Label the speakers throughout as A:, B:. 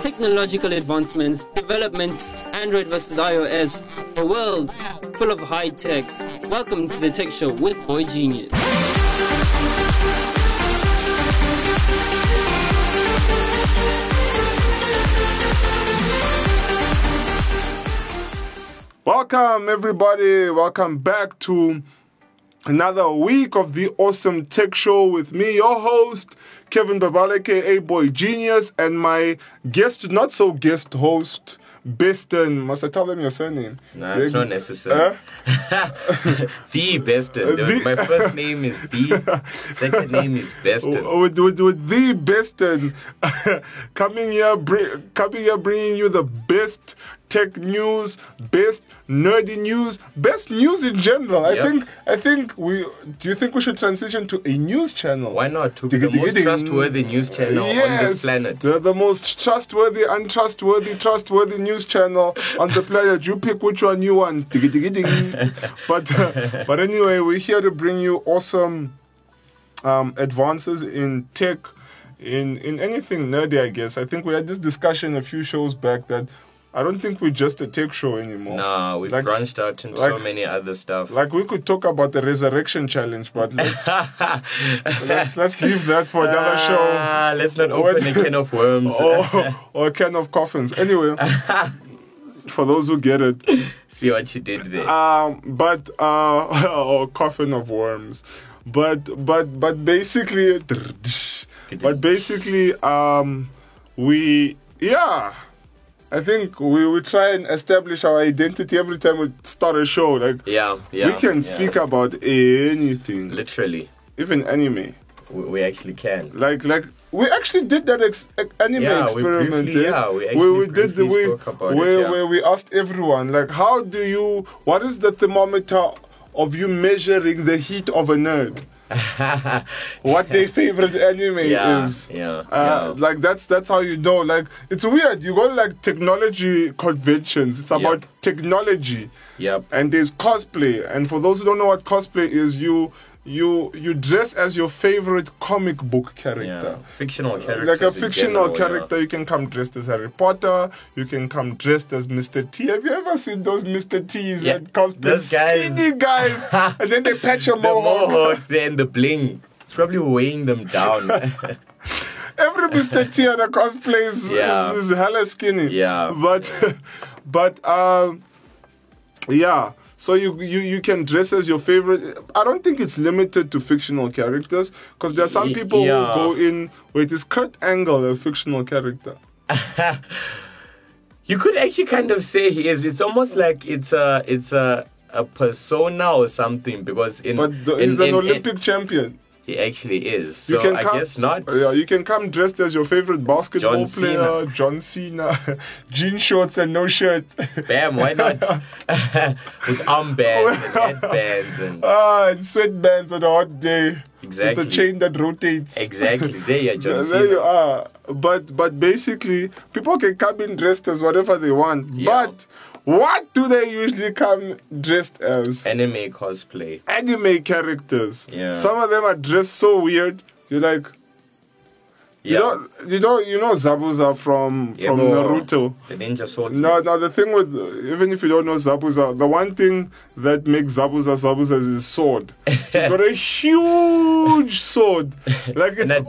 A: technological advancements, developments, Android versus iOS, a world full of high tech. Welcome to the Tech Show with Boy Genius.
B: Welcome, everybody. Welcome back to another week of the Awesome Tech Show with me, your host, Kevin Babale, aka Boy Genius, and my guest, not so guest host, Beston. Must I tell them your surname?
C: No, it's
B: Maybe-
C: not necessary. the Beston.
B: Uh, The-
C: My first name is The. Second name is Beston.
B: with, with, with the best and coming here, br- coming here, bringing you the best tech news, best nerdy news, best news in general. I
C: Yep.
B: think I think we. Do you think we should transition to a news channel?
C: Why not? To be the most
B: Ding-a-ding-a-ding.
C: trustworthy news channel on this planet.
B: The, the most trustworthy, untrustworthy, trustworthy news channel on the planet. You pick which one you want. Diggy, diggy, ding. but uh, but anyway, we're here to bring you awesome um, advances in tech, in in anything nerdy. I guess I think we had this discussion a few shows back that I don't think we're just a tech show anymore.
C: Nah, we've
B: Like-
C: branched out into so
B: like-
C: many other stuff.
B: Like we could talk about the resurrection challenge, but let's let's, let's leave that for another show. Oh.
C: Ah, let's not
B: What-
C: open a can of worms.
B: or, or a can of coffins. Anyway, for those who get it,
C: See what you did there.
B: um, but uh, or coffin of worms, but but but basically, but basically, um, we yeah. I think we will try and establish our identity every time we start a show. Like
C: yeah, yeah.
B: we can
C: yeah.
B: speak about anything,
C: Literally,
B: even anime.
C: we, we actually can.
B: like like we actually did that ex- ex- anime
C: Yeah, we
B: experiment
C: briefly-
B: eh?
C: yeah, we
B: where
C: actually
B: we did the
C: briefly
B: way
C: spoke about it,
B: where,
C: yeah.
B: where we asked everyone like how do you what is the thermometer of you measuring the heat of a nerd what their favorite anime
C: Yeah,
B: is
C: yeah,
B: uh,
C: yeah.
B: like that's that's how you know like it's weird you go to, like technology conventions it's about
C: Yep.
B: technology
C: Yep.
B: and there's cosplay and for those who don't know what cosplay is you you you dress as your favorite comic book
C: Yeah.
B: character
C: Fictional character.
B: like a fictional character you can come dressed as harry potter you can come dressed as mr t have you ever seen those mr t's
C: Yeah,
B: that cosplay
C: those guys.
B: skinny guys and then they patch a
C: The
B: mohawk,
C: mohawks and the bling. It's probably weighing them down.
B: every mr t on a cosplay is,
C: Yeah.
B: is, is hella skinny
C: Yeah.
B: but but um yeah so you, you you can dress as your favorite i don't think it's limited to fictional characters because there are some
C: Y-
B: people
C: yeah.
B: who go in wait is kurt angle a fictional
C: Mm.
B: character
C: You could actually kind of say he is. It's almost like it's a it's a a persona or something because in
B: but the,
C: in-
B: he's an
C: in- in-
B: olympic champion
C: he actually is. So I guess not.
B: Oh, Yeah, you can come dressed as your favorite basketball
C: John
B: player,
C: Cena.
B: John Cena, jean shorts and no shirt.
C: Bam! Why not? With armbands and headbands and
B: ah, and sweatbands on a hot day.
C: Exactly.
B: With a chain that rotates.
C: exactly there you are, John
B: Yeah, there you
C: Cena.
B: are. But but basically, people can come in dressed as whatever they want.
C: Yeah.
B: But what do they usually come dressed as?
C: Anime cosplay.
B: Anime characters.
C: Eh. Yeah.
B: Some of them are dressed so weird. You're like,
C: Yeah.
B: you know, you know, you know Zabuza from
C: Yeah,
B: from
C: no.
B: Naruto.
C: The Ninja Swordsman.
B: No, no. The thing with even if you don't know Zabuza, the one thing that makes Zabuza Zabuza is his sword. He's got a huge sword, like
C: An
B: it's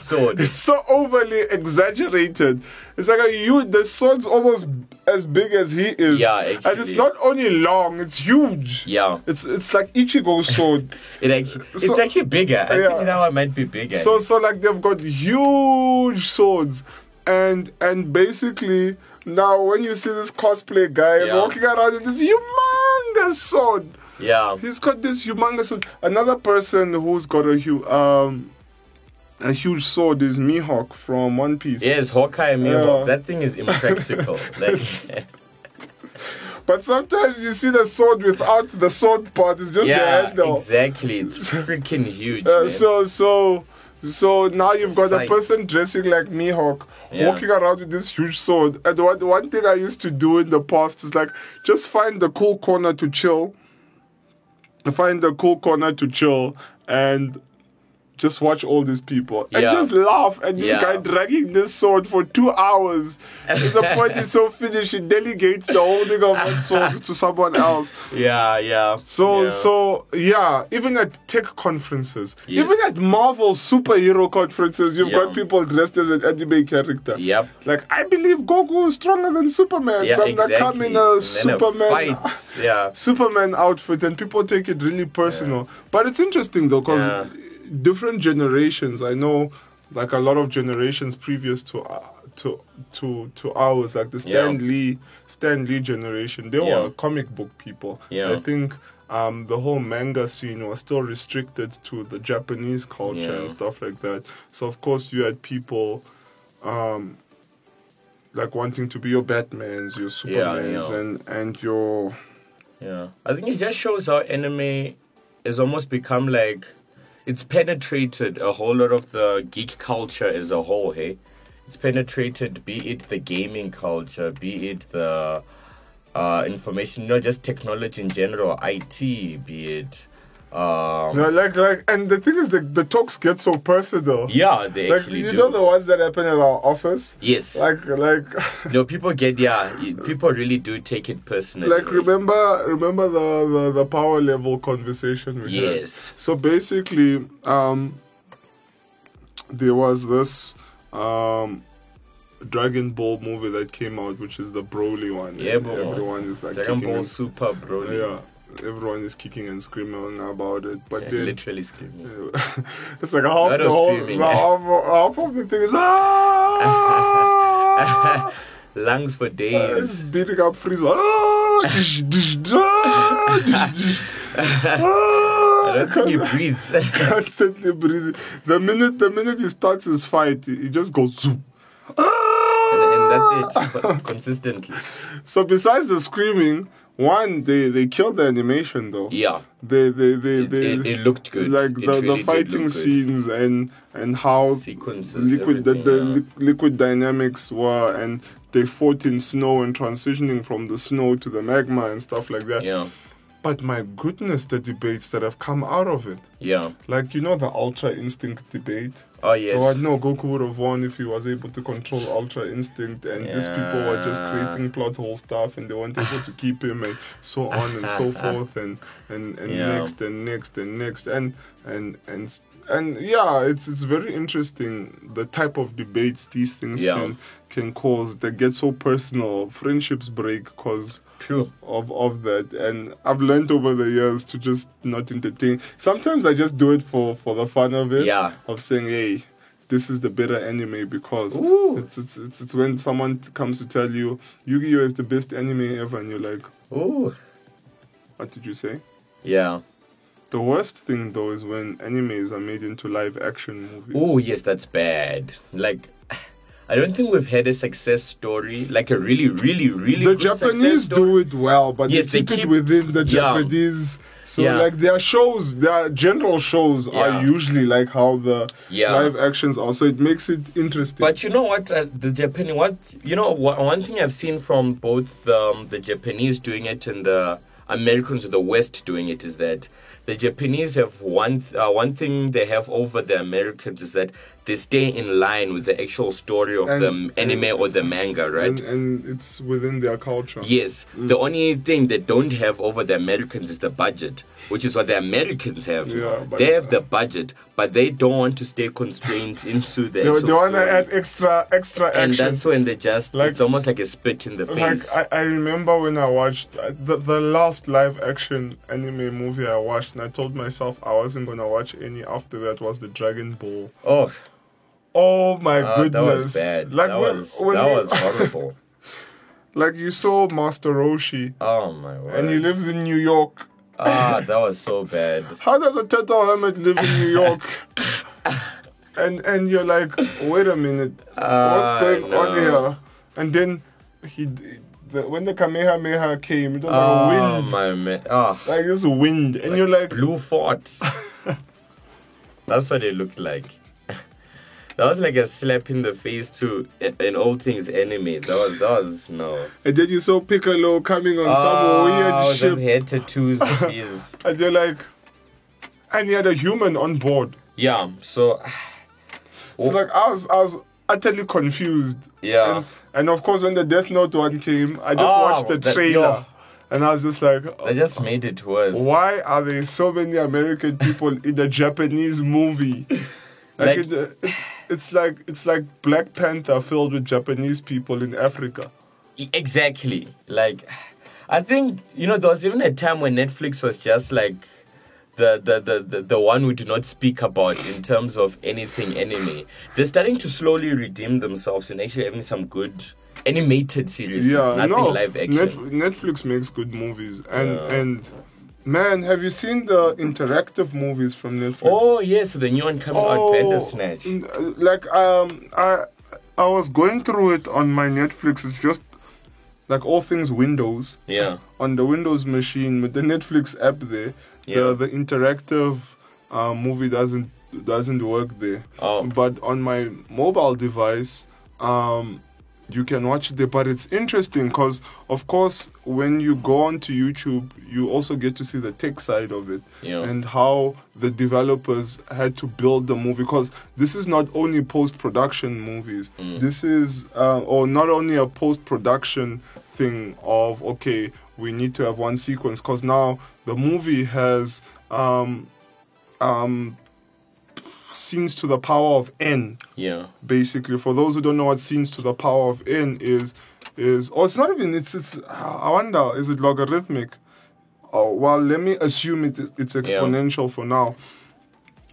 C: sword.
B: it's so overly exaggerated. It's like a huge. The sword's almost as big as he is.
C: Yeah,
B: And it's
C: actually.
B: not only long; it's huge.
C: Yeah.
B: It's it's like Ichigo's sword.
C: It actually it's
B: So-
C: actually bigger. I
B: Yeah.
C: think now I might be bigger.
B: so so like they've got huge swords, and and basically now when you see this cosplay guy is
C: Yeah.
B: walking around with this humongous sword.
C: yeah.
B: He's got this humongous sword. Another person who's got a huge um. A huge sword is Mihawk from One Piece.
C: Yes, Hawkeye and
B: Yeah.
C: Mihawk. That thing is impractical. like,
B: But sometimes you see the sword without the sword part. It's just the
C: yeah,
B: handle.
C: exactly. It's freaking huge.
B: Uh,
C: man.
B: so so so now you've got a
C: Sight.
B: person dressing like Mihawk.
C: Yeah.
B: Walking around with this huge sword, and one one thing I used to do in the past is like just find the cool corner to chill, find the cool corner to chill, and just watch all these people and
C: Yeah.
B: just laugh at this
C: Yeah.
B: guy dragging this sword for two hours. It's a point he's so finished, he delegates the holding of that sword to someone else.
C: Yeah, yeah.
B: So
C: yeah.
B: so yeah, even at tech conferences,
C: Yes.
B: even at Marvel superhero conferences, you've got
C: Yeah.
B: people dressed as an anime character.
C: Yep.
B: Like I believe Goku is stronger than Superman.
C: Yeah,
B: so I'm
C: exactly.
B: gonna come in
C: And
B: a
C: then
B: Superman
C: fight. yeah.
B: Superman outfit and people take it really personal. But it's interesting though, because
C: Yeah.
B: different generations, I know, like a lot of generations previous to uh, to to to ours, like the Stan
C: Yeah.
B: Lee Stan Lee generation, they
C: Yeah.
B: were comic book people.
C: Yeah.
B: I think. Um, the whole manga scene was still restricted to the Japanese culture and
C: Yeah.
B: stuff like that. So of course you had people um, like wanting to be your Batmans, your Supermans,
C: yeah.
B: and and your
C: Yeah. I think it just shows how anime has almost become like it's penetrated a whole lot of the geek culture as a whole, hey? It's penetrated be it the gaming culture, be it the uh, information, not just technology in general, IT, be it um,
B: No, like, like, and the thing is, the, the talks get so personal.
C: yeah, they
B: like,
C: actually
B: you
C: do.
B: know the ones that happen at our office.
C: yes.
B: Like, like,
C: no, people get yeah, y- people really do take it personally.
B: like. Remember, remember the, the the power level conversation we had.
C: Yes.
B: So basically, um, there was this um, Dragon Ball movie that came out, which is the Broly one.
C: Yeah,
B: and
C: bro.
B: everyone is like
C: Dragon
B: kicking
C: Ball
B: and-
C: Super, bro.
B: yeah, everyone is kicking and screaming about it. But
C: Yeah,
B: then
C: literally screaming.
B: it's like half
C: Lot
B: the
C: of
B: whole,
C: screaming.
B: half, half of the thing is ah,
C: Lungs for
B: it's
C: days.
B: beating up Frieza. Ah, dish, dish, da, dish, dish. Ah,
C: I don't think he breathes.
B: constantly breathing. The minute the minute he starts his fight, he he just goes zoom. Ah!
C: and that's it co- consistently.
B: So besides the screaming, one they they killed the animation though.
C: Yeah,
B: They they they
C: it,
B: they.
C: it, it looked good.
B: like the,
C: It really did
B: the
C: look
B: fighting
C: good.
B: scenes and and how
C: Sequences,
B: liquid the, the
C: everything, yeah.
B: li- liquid dynamics were and they fought in snow and transitioning from the snow to the magma and stuff like that
C: Yeah,
B: but my goodness the debates that have come out of it
C: yeah.
B: like you know the ultra instinct debate
C: Oh yes.
B: Oh, no, Goku would have won if he was able to control Ultra Instinct, and these people were just
C: Yeah.
B: creating plot hole stuff, and they weren't able to keep him, and so on and so forth, and and and
C: Yeah.
B: next and next and next, and and and and yeah, it's it's very interesting the type of debates these things
C: Yeah.
B: can can cause that get so personal. Friendships break cause
C: True.
B: of of that and I've learned over the years to just not entertain. Sometimes I just do it for for the fun of it.
C: Yeah.
B: Of saying, hey, this is the better anime because
C: Ooh.
B: it's, it's it's it's when someone t- comes to tell you Yu-Gi-Oh is the best anime ever and you're like,
C: Ooh.
B: what did you say?
C: Yeah.
B: The worst thing though is when animes are made into live action movies.
C: Oh yes, that's bad. Like, I don't think we've had a success story, like a really, really, really.
B: the
C: good success
B: Japanese
C: story.
B: do it well, but
C: Yes,
B: they,
C: they
B: keep it
C: keep-
B: within the
C: Yeah.
B: Japanese. So
C: Yeah.
B: like their shows, their general shows are
C: Yeah.
B: usually like how the
C: Yeah.
B: live actions are. So it makes it interesting.
C: But you know what? Uh, the Japan, what you know, wha- one thing I've seen from both um, the Japanese doing it and the Americans of the West doing it is that the Japanese have one th- uh, one thing they have over the Americans is that they stay in line with the actual story of the
B: And-
C: m- anime or the manga, right?
B: and, Mm. and it's within their culture.
C: Yes, the only thing they don't have over the Americans is the budget, which is what the Americans have.
B: Yeah, but-
C: they have the budget, but they don't want to stay constrained into the.
B: They,
C: actual
B: they want to
C: story.
B: add extra extra
C: and
B: action.
C: that's when they just
B: Like-
C: it's almost like a spit in the
B: like
C: face
B: I, I remember when I watched uh, the, the last live action anime movie I watched, and I told myself I wasn't gonna watch any after that was the Dragon Ball.
C: oh
B: Oh my
C: uh,
B: goodness!
C: that was bad that
B: when-
C: was
B: when
C: that
B: we-
C: was horrible
B: Like you saw Master Roshi
C: oh my word
B: and he lives in New York.
C: ah that was so bad
B: How does a turtle hermit live in New York? and and you're like, wait a minute, what's
C: Ah,
B: going
C: no.
B: on here? And then he, d- the, when the Kamehameha came, it was like a
C: oh
B: wind,
C: my man ah
B: like this wind, and you're like,
C: blue fort that's what it looked like that was like a slap in the face to a- an old things enemy that was that was no
B: and then you saw Piccolo coming on
C: oh,
B: some
C: those
B: weird ship,
C: hair tattoos is
B: and you're like, and he had a human on board.
C: yeah. So Oh.
B: It's like I was, I was utterly confused.
C: Yeah.
B: And, and of course, when the Death Note one came, I just
C: Oh,
B: watched the
C: that-
B: trailer,
C: yo.
B: and I was just like,
C: I just made it worse.
B: why are there so many American people in a Japanese movie? Like,
C: Like-
B: it, uh, it's, it's like it's like Black Panther filled with Japanese people in Africa.
C: E- Exactly. Like, I think you know there was even a time when Netflix was just like the the the the, the one we do not speak about in terms of anything anime. They're starting to slowly redeem themselves and actually having some good animated series,
B: Yeah,
C: nothing
B: no.
C: live action.
B: Net- Netflix makes good movies, and
C: Yeah.
B: and man, have you seen the interactive movies from Netflix?
C: Oh yeah, so the new one coming out, Bandersnatch.
B: Oh, n- Like um, I I was going through it on my Netflix. It's just like all things Windows
C: Yeah.
B: on the Windows machine with the Netflix app there.
C: Yeah.
B: The the interactive uh, movie doesn't doesn't work there.
C: Oh.
B: But on my mobile device, um, you can watch it there. But it's interesting because of course when you go onto YouTube, you also get to see the tech side of it
C: Yeah.
B: and how the developers had to build the movie because this is not only post-production movies this is uh, or not only a post-production thing of okay we need to have one sequence because now the movie has um, um, scenes to the power of n
C: Yeah.
B: basically for those who don't know what scenes to the power of n is is oh it's not even it's it's i wonder is it logarithmic oh well let me assume it is- it's exponential for now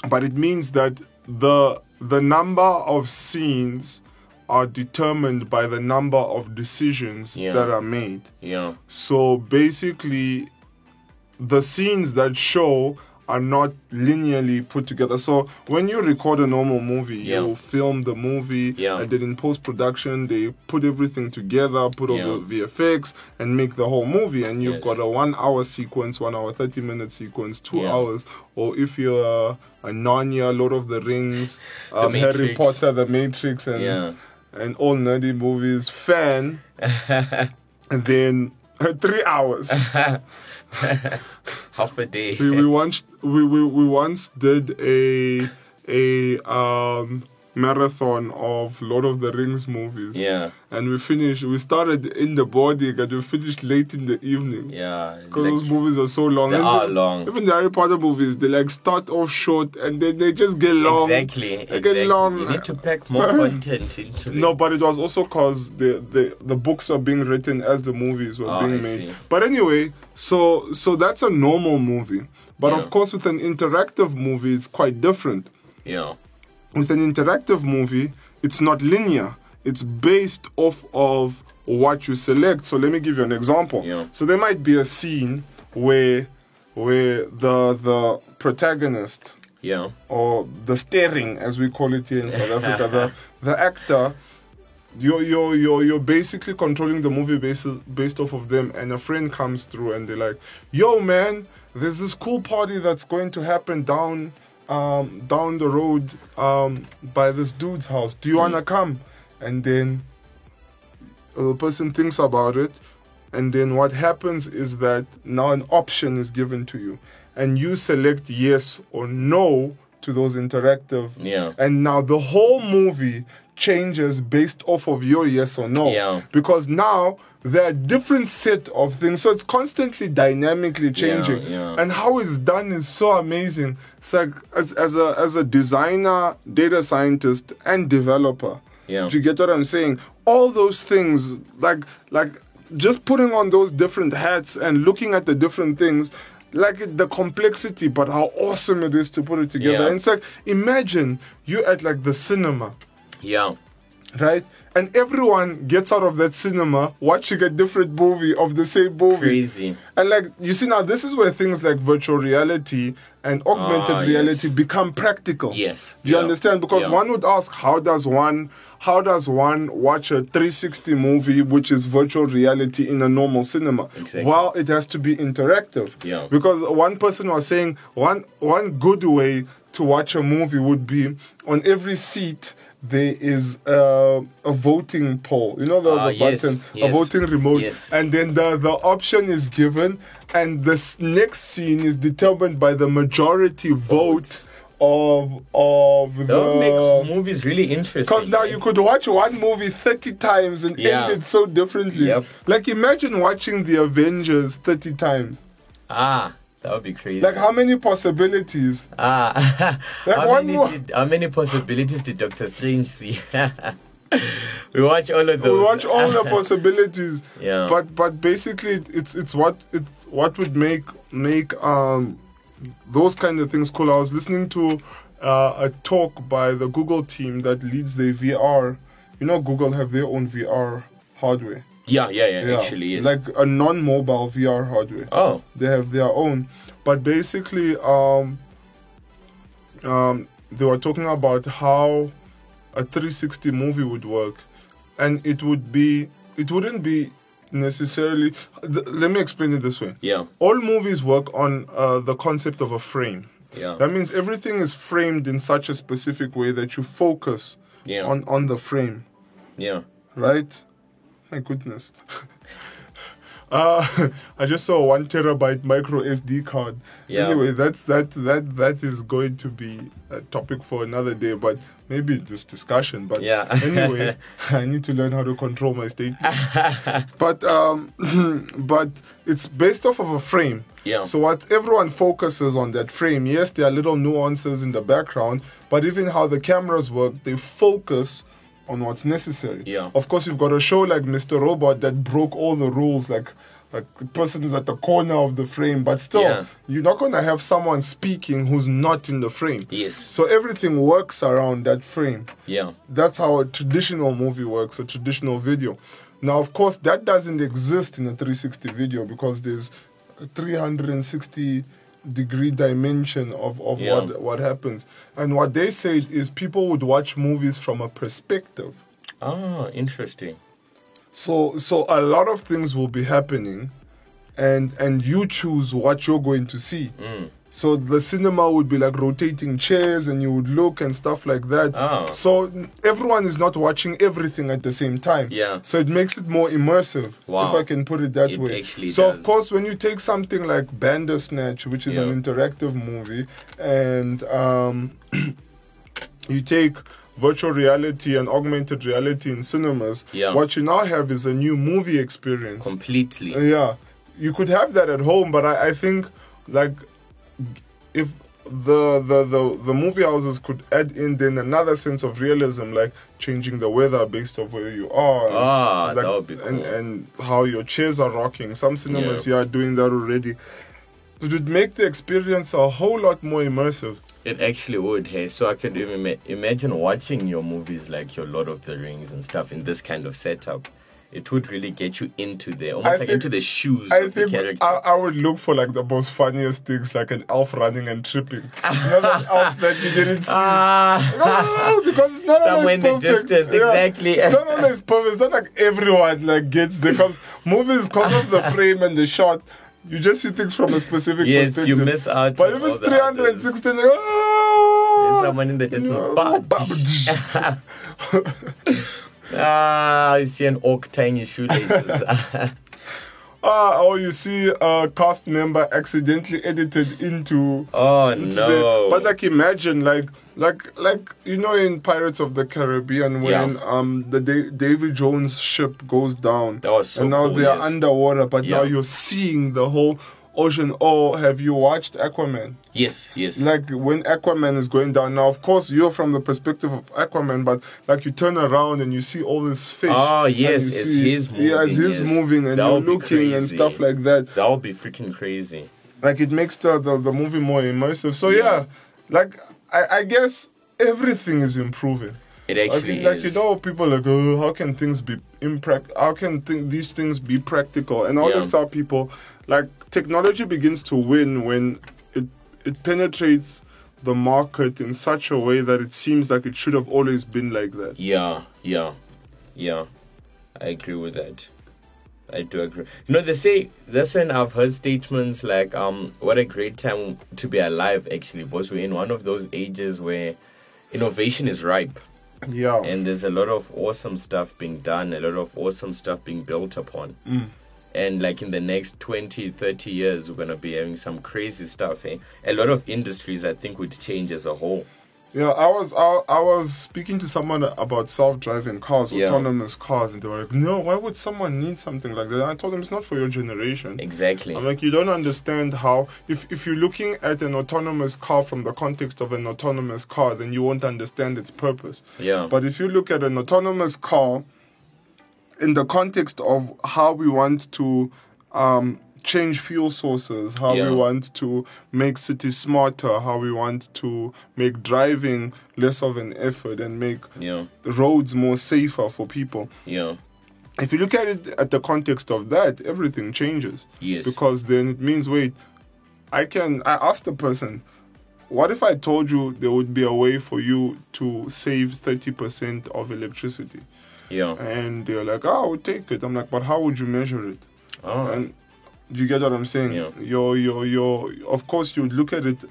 B: but it means that the the number of scenes are determined by the number of decisions
C: Yeah.
B: that are made Mm.
C: Yeah.
B: so basically, the scenes that show are not linearly put together. So when you record a normal movie, you
C: Yeah.
B: film the movie,
C: Yeah.
B: and then in post production, they put everything together, put all
C: Yeah.
B: the VFX, and make the whole movie. And you've
C: Yes.
B: got a one hour sequence, one hour, 30 minute sequence, two
C: Yeah.
B: hours. Or if you're a Narnia, Lord of the Rings, um, Harry
C: Matrix.
B: Potter, The Matrix, and
C: Yeah.
B: and all nerdy movies fan, and then uh, three hours.
C: Half a day.
B: We, we once we, we, we once did a a um, marathon of Lord of the Rings movies.
C: Yeah.
B: And we finished. We started in the morning and we finished late in the evening.
C: Yeah.
B: Because those
C: like-
B: movies are so long.
C: They
B: Even-
C: are long.
B: Even the Harry Potter movies, they like start off short and then they just get long.
C: Exactly.
B: They
C: exactly.
B: get long.
C: You need to pack more content into it.
B: No, but it was also because the, the the books are being written as the movies were
C: Oh,
B: being
C: I
B: made.
C: see.
B: But anyway, so so that's a normal movie. But
C: Yeah.
B: of course, with an interactive movie, it's quite different.
C: Yeah.
B: With an interactive movie, it's not linear. It's based off of what you select. So let me give you an example.
C: Yeah.
B: So there might be a scene where where the the protagonist
C: Yeah.
B: or the staring, as we call it here in South Africa, the, the actor, you're, you're, you're, you're basically controlling the movie based, based off of them, and a friend comes through and they're like, yo, man, there's this cool party that's going to happen down um, down the road um, by this dude's house. Do you want to come? And then the person thinks about it and then what happens is that now an option is given to you and you select yes or no to those interactive
C: Yeah.
B: and now the whole movie changes based off of your yes or no
C: Yeah.
B: because now there are different set of things so it's constantly dynamically changing
C: yeah.
B: and how it's done is so amazing it's like as, as a as a designer data scientist and developer
C: Yeah.
B: do you get what I'm saying? All those things, like like just putting on those different hats and looking at the different things, like it- the complexity, but how awesome it is to put it together.
C: Yeah.
B: And it's like imagine you at like the cinema,
C: Yeah.
B: right? And everyone gets out of that cinema watching a different movie of the same movie.
C: Crazy.
B: And like you see now, this is where things like virtual reality and augmented
C: Ah, yes.
B: reality become practical.
C: Yes.
B: Do you
C: Yeah.
B: understand? Because
C: Yeah.
B: one would ask, how does one how does one watch a 360 movie which is virtual reality in a normal cinema?
C: Exactly.
B: Well, it has to be interactive.
C: Yeah.
B: Because one person was saying one one good way to watch a movie would be on every seat there is uh, a voting poll. You know the,
C: Ah,
B: the
C: yes,
B: button, a
C: yes,
B: voting remote,
C: yes.
B: and then the, the option is given, and the s- next scene is determined by the majority vote, of of
C: They'll make
B: the
C: movies really interesting.
B: because now you could watch one movie 30 times and
C: Yeah.
B: end it so differently.
C: Yep.
B: Like imagine watching the Avengers 30 times.
C: Ah, that would be crazy.
B: Like how many possibilities?
C: Ah,
B: Like
C: how,
B: one
C: many
B: more-
C: did, how many possibilities did Doctor Strange see? we watch all of those.
B: We watch all the possibilities.
C: Yeah.
B: But but basically it's it's what it's what would make make um those kind of things cool. I was listening to uh, a talk by the Google team that leads the VR. You know Google have their own VR hardware.
C: yeah, yeah, yeah,
B: Yeah.
C: Actually, yes.
B: Like a non-mobile VR hardware.
C: oh,
B: They have their own. But basically um um they were talking about how a 360 movie would work and it would be it wouldn't be necessarily th- let me explain it this way
C: yeah,
B: all movies work on uh, the concept of a frame
C: yeah,
B: that means everything is framed in such a specific way that you focus
C: yeah,
B: on on the frame
C: yeah.
B: right my goodness uh, i just saw a one terabyte micro sd card
C: Yeah.
B: anyway that's that that that is going to be a topic for another day but maybe this discussion but
C: Yeah.
B: anyway i need to learn how to control my statements but um but it's based off of a frame
C: Yeah.
B: so what everyone focuses on that frame yes there are little nuances in the background but even how the cameras work they focus on what's necessary
C: Yeah.
B: of course, you've got a show like Mr. Robot that broke all the rules, like like the person is at the corner of the frame, but still,
C: Yeah.
B: you're not gonna have someone speaking who's not in the frame.
C: Yes.
B: So everything works around that frame.
C: Yeah.
B: That's how a traditional movie works, a traditional video. Now, of course, that doesn't exist in a 360 video because there's a 360 degree dimension of, of
C: Yeah.
B: what, what happens. And what they said is people would watch movies from a perspective.
C: Oh, interesting.
B: So so a lot of things will be happening and and you choose what you're going to see.
C: Mm.
B: So the cinema would be like rotating chairs and you would look and stuff like that.
C: Oh.
B: So everyone is not watching everything at the same time.
C: Yeah.
B: So it makes it more immersive
C: Wow.
B: if I can put it that
C: It
B: way.
C: actually
B: so of
C: does.
B: course when you take something like Bandersnatch which is
C: Yeah.
B: an interactive movie and um you take virtual reality and augmented reality in cinemas,
C: Yeah.
B: what you now have is a new movie experience.
C: Completely.
B: Uh, yeah, you could have that at home, but I, I think like if the, the the the movie houses could add in then another sense of realism, like changing the weather based off where you are. and,
C: Ah, that would be
B: and,
C: cool.
B: and how your chairs are rocking. Some cinemas yeah. are doing that already. It would make the experience a whole lot more immersive.
C: It actually would, hey. So I could even ma- imagine watching your movies like your Lord of the Rings and stuff in this kind of setup. It would really get you into there, almost
B: I
C: like
B: think-
C: into the shoes
B: I
C: of the
B: think
C: character.
B: I, I would look for like the most funniest things, like an elf running and tripping. not an elf that you didn't see.
C: ah,
B: No, because it's not
C: Somewhere
B: always
C: in the
B: perfect.
C: distance, exactly.
B: It's not always perfect. It's not like everyone like gets there because movies, because of the frame and the shot, you just see things from a specific
C: yes,
B: perspective.
C: you miss out.
B: But
C: on
B: if
C: all
B: it's
C: the others.
B: 360, like, oh,
C: There's someone in the distance. Bah, Ah, you see an orc tying his shoelaces.
B: Ah, or you see a cast member accidentally edited into
C: oh
B: into
C: no!
B: the- but like imagine like like like you know in Pirates of the Caribbean when
C: Yeah.
B: um the da- Davy Jones ship goes down
C: That was so
B: and now
C: cool,
B: they are
C: yes.
B: underwater but now
C: Yeah.
B: you're seeing the whole ocean. Oh, have you watched Aquaman?
C: yes, yes.
B: Like when Aquaman is going down now, of course you're from the perspective of Aquaman, but like you turn around and you see all this fish.
C: Oh,
B: and
C: yes,
B: you
C: it's
B: see-
C: his
B: Yeah, it's
C: moving,
B: his
C: yes.
B: moving and
C: That
B: you're
C: would be
B: looking and
C: crazy.
B: stuff like that
C: that would be freaking crazy.
B: like it makes the, the, the movie more immersive. So yeah, like I, I guess everything is improving.
C: It
B: Like,
C: actually
B: like
C: is.
B: you know, people are like, oh, how can things be imprac? How can th- these things be practical? And I always
C: Yeah.
B: tell people, like technology begins to win when it it penetrates the market in such a way that it seems like it should have always been like that.
C: Yeah, yeah, yeah. I agree with that. I do agree. You know, they say that's when I've heard statements like, um, what a great time to be alive actually, because we're in one of those ages where innovation is ripe
B: Yeah. Mm.
C: and there's a lot of awesome stuff being done, a lot of awesome stuff being built upon. and like in the next 20 30 years we're going to be having some crazy stuff eh? a lot of industries i think would change as a whole
B: Yeah, I was I, I was speaking to someone about self-driving cars,
C: Yeah.
B: autonomous cars, and they were like, "No, why would someone need something like that?" And I told them it's not for your generation.
C: exactly
B: I'm like, you don't understand how if if you're looking at an autonomous car from the context of an autonomous car, then you won't understand its purpose.
C: yeah
B: But if you look at an autonomous car in the context of how we want to um, change fuel sources, how
C: Yeah.
B: we want to make cities smarter, how we want to make driving less of an effort and make
C: yeah
B: roads more safer for people.
C: yeah
B: If you look at it at the context of that, everything changes
C: yes
B: because then it means wait, I can. I asked the person, what if I told you there would be a way for you to save thirty percent of electricity?
C: yeah
B: And they're like, oh, I would take it. I'm like, but how would you measure it?
C: oh
B: And you get what I'm saying?
C: Yeah.
B: Your your your. Of course, you would look at it.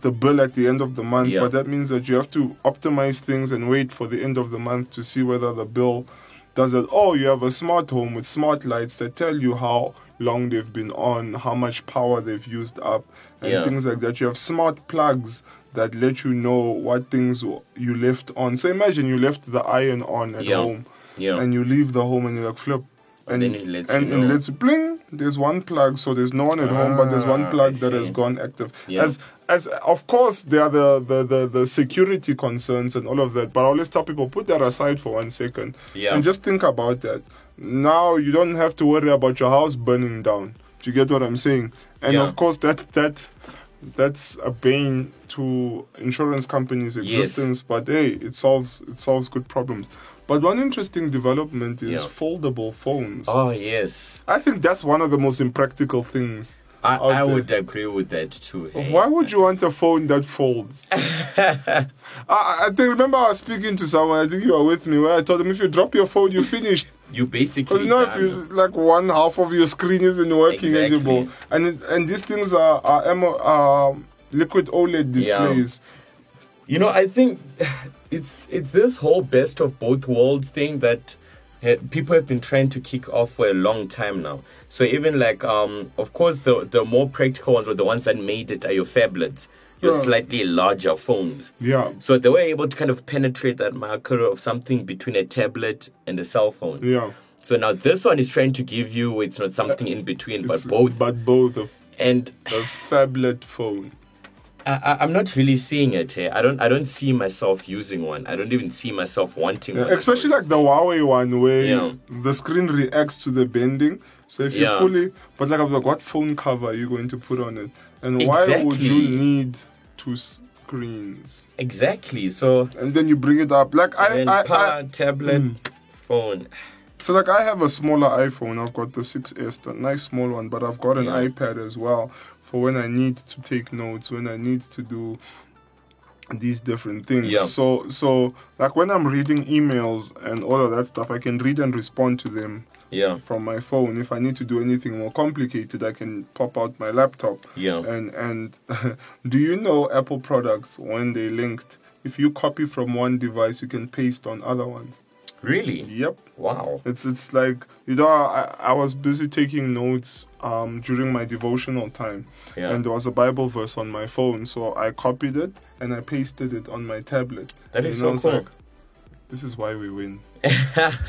B: The bill at the end of the month,
C: Yeah.
B: but that means that you have to optimize things and wait for the end of the month to see whether the bill does it. Oh, you have a smart home with smart lights that tell you how long they've been on, how much power they've used up, and
C: Yeah.
B: things like that. You have smart plugs that let you know what things you left on. So imagine you left the iron on at
C: Yeah.
B: home
C: yeah
B: and you leave the home and you like flip. And,
C: then it lets
B: and
C: you
B: it
C: know.
B: lets bling. There's one plug, so there's no one at home, but there's one
C: Ah,
B: plug
C: I
B: that has
C: see.
B: gone active.
C: Yeah.
B: As as of course there are the, the, the, the security concerns and all of that, but I always tell people put that aside for one second.
C: Yeah.
B: And just think about that. Now you don't have to worry about your house burning down. Do you get what I'm saying? And
C: Yeah.
B: of course that that that's a bane to insurance companies' existence, but hey, it solves it solves good problems. But one interesting development is
C: Yeah.
B: foldable phones.
C: oh yes
B: I think that's one of the most impractical things.
C: i,
B: out
C: I
B: there.
C: would agree with that too eh?
B: Oh, Why would you want a phone that folds? I, I I think remember I was speaking to someone. I think you were with me where I told them if you drop your phone, you're finished.
C: you basically
B: Because you know, if
C: done.
B: you like one half of your screen isn't working
C: Exactly.
B: anymore, and it, and these things are are, emo- are liquid OLED displays.
C: You know, I think it's it's this whole best of both worlds thing that uh, people have been trying to kick off for a long time now. So even like, um, of course, the the more practical ones were the ones that made it are your phablets, your
B: Yeah.
C: slightly larger phones.
B: Yeah,
C: So they were able to kind of penetrate that market of something between a tablet and a cell phone.
B: yeah.
C: So now this one is trying to give you it's not something in between, but
B: It's-
C: both.
B: But both of
C: and
B: the phablet phone.
C: I, I, I'm not really seeing it here. I don't. I don't see myself using one. I don't even see myself wanting one.
B: Especially like the Huawei one where
C: Yeah.
B: the screen reacts to the bending. So if you
C: Yeah.
B: fully, but like I was like, what phone cover are you going to put on it? And why would
C: Exactly.
B: you need two screens?
C: exactly. So
B: And then you bring it up. Like I,
C: then
B: I, Hmm.
C: pa-
B: I,
C: tablet, phone.
B: so like I have a smaller iPhone. I've got the 6S, the nice small one, but I've got an
C: Yeah.
B: iPad as well for when I need to take notes, when I need to do these different things.
C: Yeah.
B: So so like when I'm reading emails and all of that stuff, I can read and respond to them
C: Yeah,
B: from my phone. If I need to do anything more complicated, I can pop out my laptop.
C: yeah.
B: And and do you know Apple products when they linked? If you copy from one device, you can paste on other ones.
C: really?
B: Yep.
C: Wow.
B: It's it's like you know I, I was busy taking notes um, during my devotional time,
C: Yeah.
B: and there was a Bible verse on my phone, so I copied it and I pasted it on my tablet.
C: That is
B: And I
C: so
B: was
C: cool.
B: like, this is why we win. It's the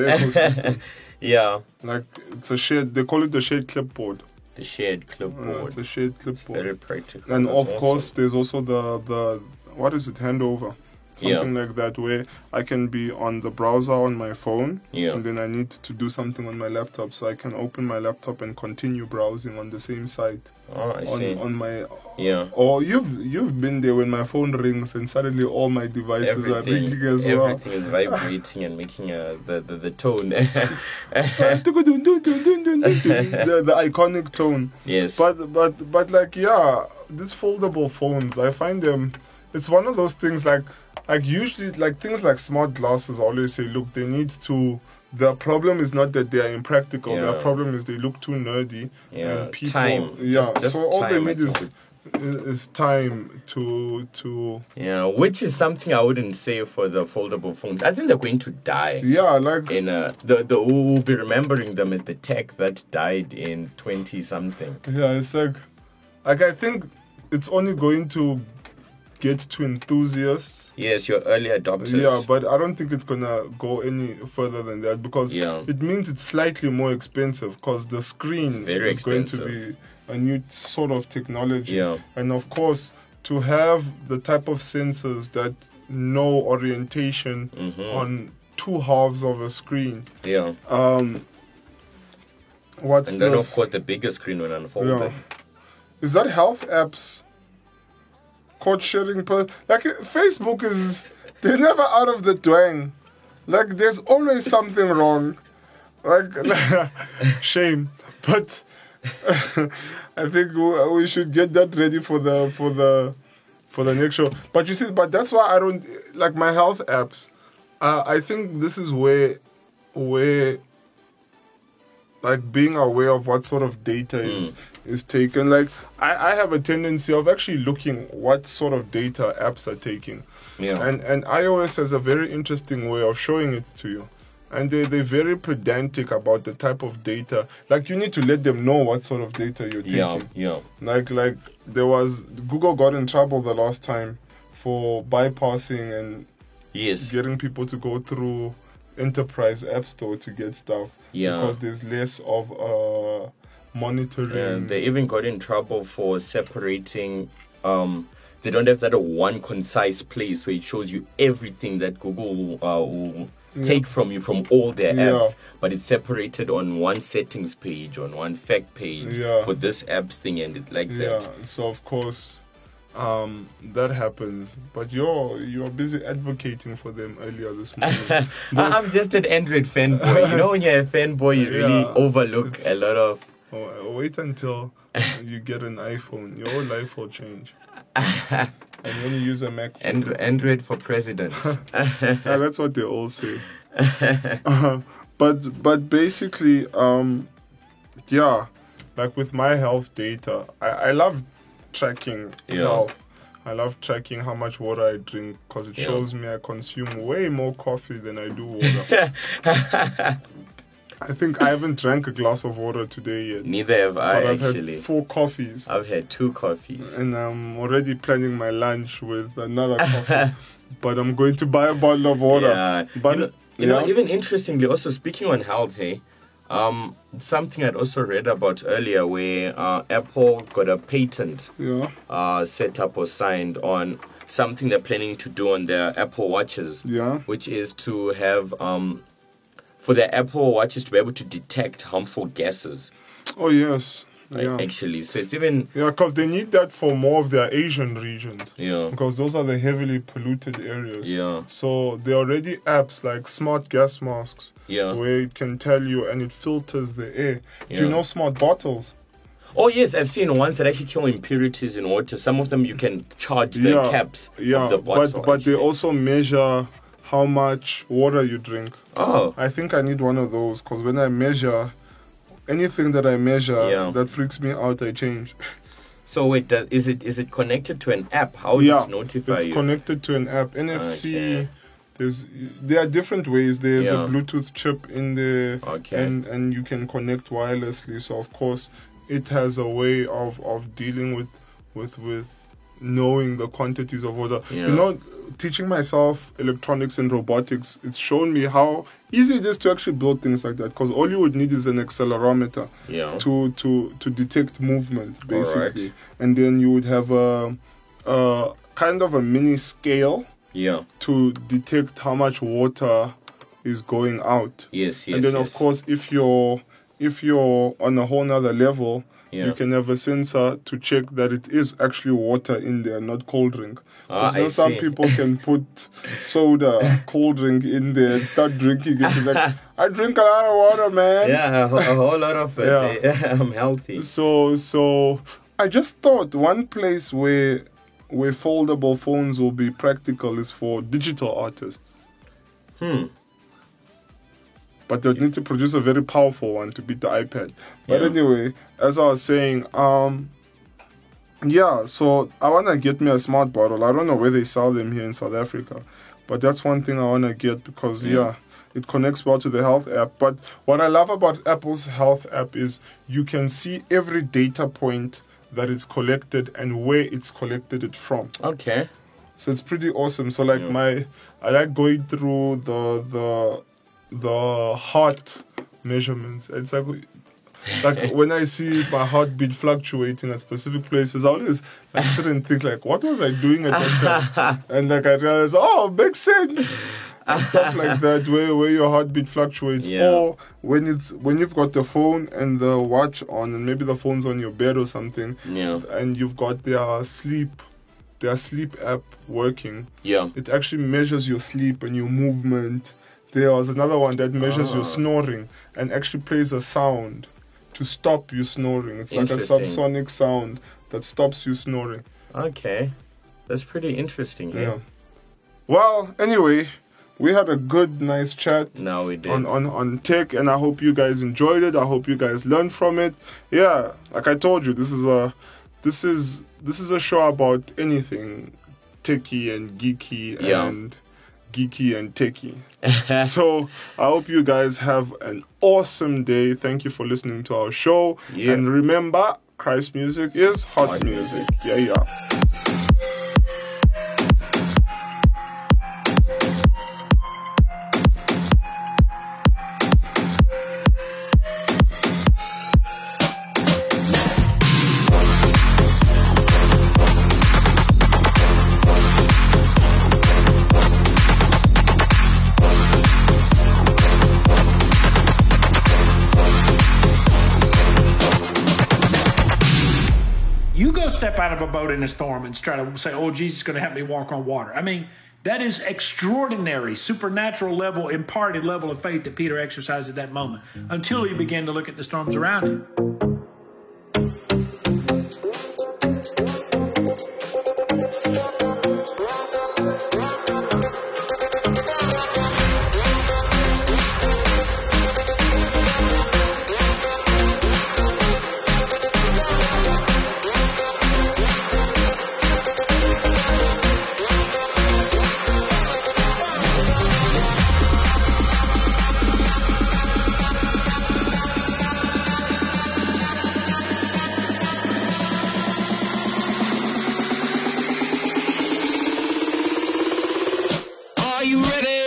B: ecosystem.
C: yeah.
B: like it's a shared. They call it the shared clipboard.
C: The shared
B: Uh,
C: clipboard.
B: it's a shared
C: Very
B: clipboard.
C: practical.
B: And
C: That's
B: of
C: awesome.
B: course, there's also the the what is it handover,
C: Yeah.
B: something like that, where I can be on the browser on my phone,
C: Yeah.
B: and then I need to do something on my laptop, so I can open my laptop and continue browsing on the same site
C: Oh, I
B: on
C: see.
B: on my.
C: yeah.
B: Or you've you've been there when my phone rings and suddenly all my devices are
C: Everything,
B: ringing as well.
C: everything is vibrating and making uh, the, the, the tone.
B: the, the iconic tone.
C: yes.
B: But but but like yeah, these foldable phones, I find them. It's one of those things like like usually like things like smart glasses. I always say, look, they need to. Their problem is not that they are impractical. Their
C: Yeah.
B: problem is they look too nerdy.
C: Yeah,
B: and people,
C: time.
B: Yeah.
C: Just- just
B: so all they
C: time, I
B: need
C: think
B: is
C: would
B: it's time to to
C: Yeah, which is something I wouldn't say for the foldable phones. I think they're going to die.
B: yeah like
C: In uh, the the we will be remembering them as the tech that died in twenty something.
B: Yeah, it's like, like I think it's only going to get to enthusiasts.
C: Yes, your early adopters.
B: Yeah, but I don't think it's gonna go any further than that because
C: Yeah.
B: it means it's slightly more expensive because the screen
C: very
B: is going to be
C: expensive.
B: a new sort of technology.
C: Yeah.
B: And of course, to have the type of sensors that know orientation
C: Mm-hmm.
B: on two halves of a screen.
C: yeah.
B: Um, what's
C: And then of
B: this?
C: course the bigger screen will unfold.
B: Yeah. Is that health apps? Code sharing, per- like Facebook is, they're never out of the twang. Like there's always something wrong. Like shame, but I think we we should get that ready for the for the for the next show. But you see, but that's why I don't like my health apps. Uh, I think this is where where like being aware of what sort of data
C: Mm.
B: is is taken. Like I, I have a tendency of actually looking what sort of data apps are taking.
C: Yeah.
B: And and iOS has a very interesting way of showing it to you. And they, they're very pedantic about the type of data. Like you need to let them know what sort of data you're taking.
C: Yeah. Yeah.
B: Like like there was Google got in trouble the last time for bypassing and
C: Yes.
B: getting people to go through enterprise app store to get stuff
C: Yeah.
B: because there's less of uh monitoring
C: And they even got in trouble for separating. Um, they don't have that uh, one concise place where it shows you everything that Google uh, will take from you from all their
B: Yeah.
C: apps, but it's separated on one settings page, on one fact page
B: Yeah.
C: for this apps thing, and it like
B: yeah
C: that.
B: so of course um that happens but you're you're busy advocating for them earlier this morning
C: I- I'm just an Android fanboy. You know, when you're a fanboy, you really
B: Yeah.
C: overlook
B: It's-
C: a lot of.
B: Oh, wait until you get an iphone your whole life will change and when you use a mac
C: And, Android for president.
B: yeah, that's what they all say. Uh, but but basically, um, yeah, like with my health data, I, I love tracking
C: Yeah.
B: health. I love tracking how much water I drink because it
C: Yeah.
B: shows me I consume way more coffee than I do water. I think I haven't drank a glass of water today yet,
C: Neither have I
B: but I've
C: actually.
B: had four coffees.
C: I've had two coffees.
B: and I'm already planning my lunch with another coffee, but I'm going to buy a bottle of water.
C: Yeah,
B: But
C: you know, you know,
B: yeah.
C: even interestingly, also speaking on health, hey, um, something I'd also read about earlier where uh, Apple got a patent
B: Yeah,
C: uh, set up or signed on something they're planning to do on their Apple watches,
B: yeah,
C: which is to have um, for their Apple watches to be able to detect harmful gases.
B: oh yes,
C: like,
B: yeah,
C: Actually, so it's even
B: yeah, because they need that for more of their Asian regions
C: yeah,
B: because those are the heavily polluted areas.
C: yeah,
B: So there are already apps like smart gas masks
C: yeah.
B: where it can tell you and it filters the air. Do you
C: Yeah.
B: know smart bottles?
C: Oh yes, I've seen ones that actually kill impurities in water. Some of them you can charge the
B: Yeah,
C: caps
B: Yeah,
C: of the
B: but
C: bottle.
B: but they
C: actually.
B: also measure how much water you drink.
C: oh
B: I think I need one of those because when I measure anything that I measure
C: Yeah.
B: that freaks me out, I change.
C: So wait, do- is it is it connected to an app? How does
B: yeah,
C: it notify
B: it's
C: Oh, you?
B: connected to an app. NFC.
C: Okay.
B: There's there are different ways. There's a
C: Yeah.
B: Bluetooth chip in there,
C: Okay.
B: and and you can connect wirelessly. So of course, it has a way of of dealing with with with knowing the quantities of water.
C: Yeah.
B: You know, teaching myself electronics and robotics, it's shown me how easy it is to actually build things like that. Because all you would need is an accelerometer
C: yeah.
B: to to to detect movement basically
C: Alright.
B: and then you would have a, a kind of a mini scale
C: yeah.
B: to detect how much water is going out
C: Yes. Yes.
B: and then
C: yes.
B: of course if you're if you're on a whole nother level
C: Yeah.
B: you can have a sensor to check that it is actually water in there not cold drink
C: Ah,
B: because you know
C: I
B: some
C: see.
B: people can put soda cold drink in there and start drinking it like i drink a lot of water man
C: Yeah, a, whole- a whole lot of it.
B: Yeah.
C: eh? I'm healthy.
B: So so I just thought one place where where foldable phones will be practical is for digital artists.
C: Hmm.
B: But they'll need to produce a very powerful one to beat the iPad. But
C: Yeah.
B: anyway, as I was saying, um Yeah, so I wanna get me a smart bottle. I don't know where they sell them here in South Africa, but that's one thing I wanna get because yeah, it connects well to the health app. But what I love about Apple's health app is you can see every data point that is collected and where it's collected it from.
C: Okay.
B: So it's pretty awesome. So like
C: Yeah.
B: my, I like going through the the the heart measurements. It's like like when I see my heartbeat fluctuating at specific places, I always like, sit and think like, what was I doing at that time? And like I realize, oh, makes sense. And stuff like that, where where your heartbeat fluctuates,
C: Yeah.
B: or when it's when you've got the phone and the watch on, and maybe the phone's on your bed or something,
C: Yeah.
B: and you've got their sleep their sleep app working
C: Yeah.
B: it actually measures your sleep and your movement there was another one that measures
C: Ah.
B: your snoring and actually plays a sound to stop you snoring it's like a
C: Interesting.
B: subsonic sound that stops you snoring
C: Okay. That's pretty interesting. eh?
B: yeah,
C: Yeah.
B: well anyway we had a good nice chat
C: Now we did.
B: on, on on tech and i hope you guys enjoyed it i hope you guys learned from it yeah like i told you this is a this is this is a show about anything techie and geeky
C: Yeah.
B: and geeky and techie so i hope you guys have an awesome day thank you for listening to our show
C: Yeah.
B: and remember christ music is hot,
C: Hot
B: music yeah yeah
D: You go step out of a boat in a storm and try to say, "Oh, Jesus is going to help me walk on water." I mean, that is extraordinary, supernatural level, imparted level of faith that Peter exercised at that moment. Until he began to look at the storms around him.
E: Are you ready?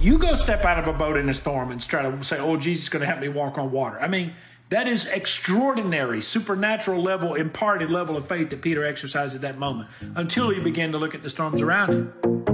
D: You go step out of a boat in a storm and try to say, "Oh, Jesus is going to help me walk on water." I mean, that is extraordinary, supernatural level, imparted level of faith that Peter exercised at that moment. Until he began to look at the storms around him.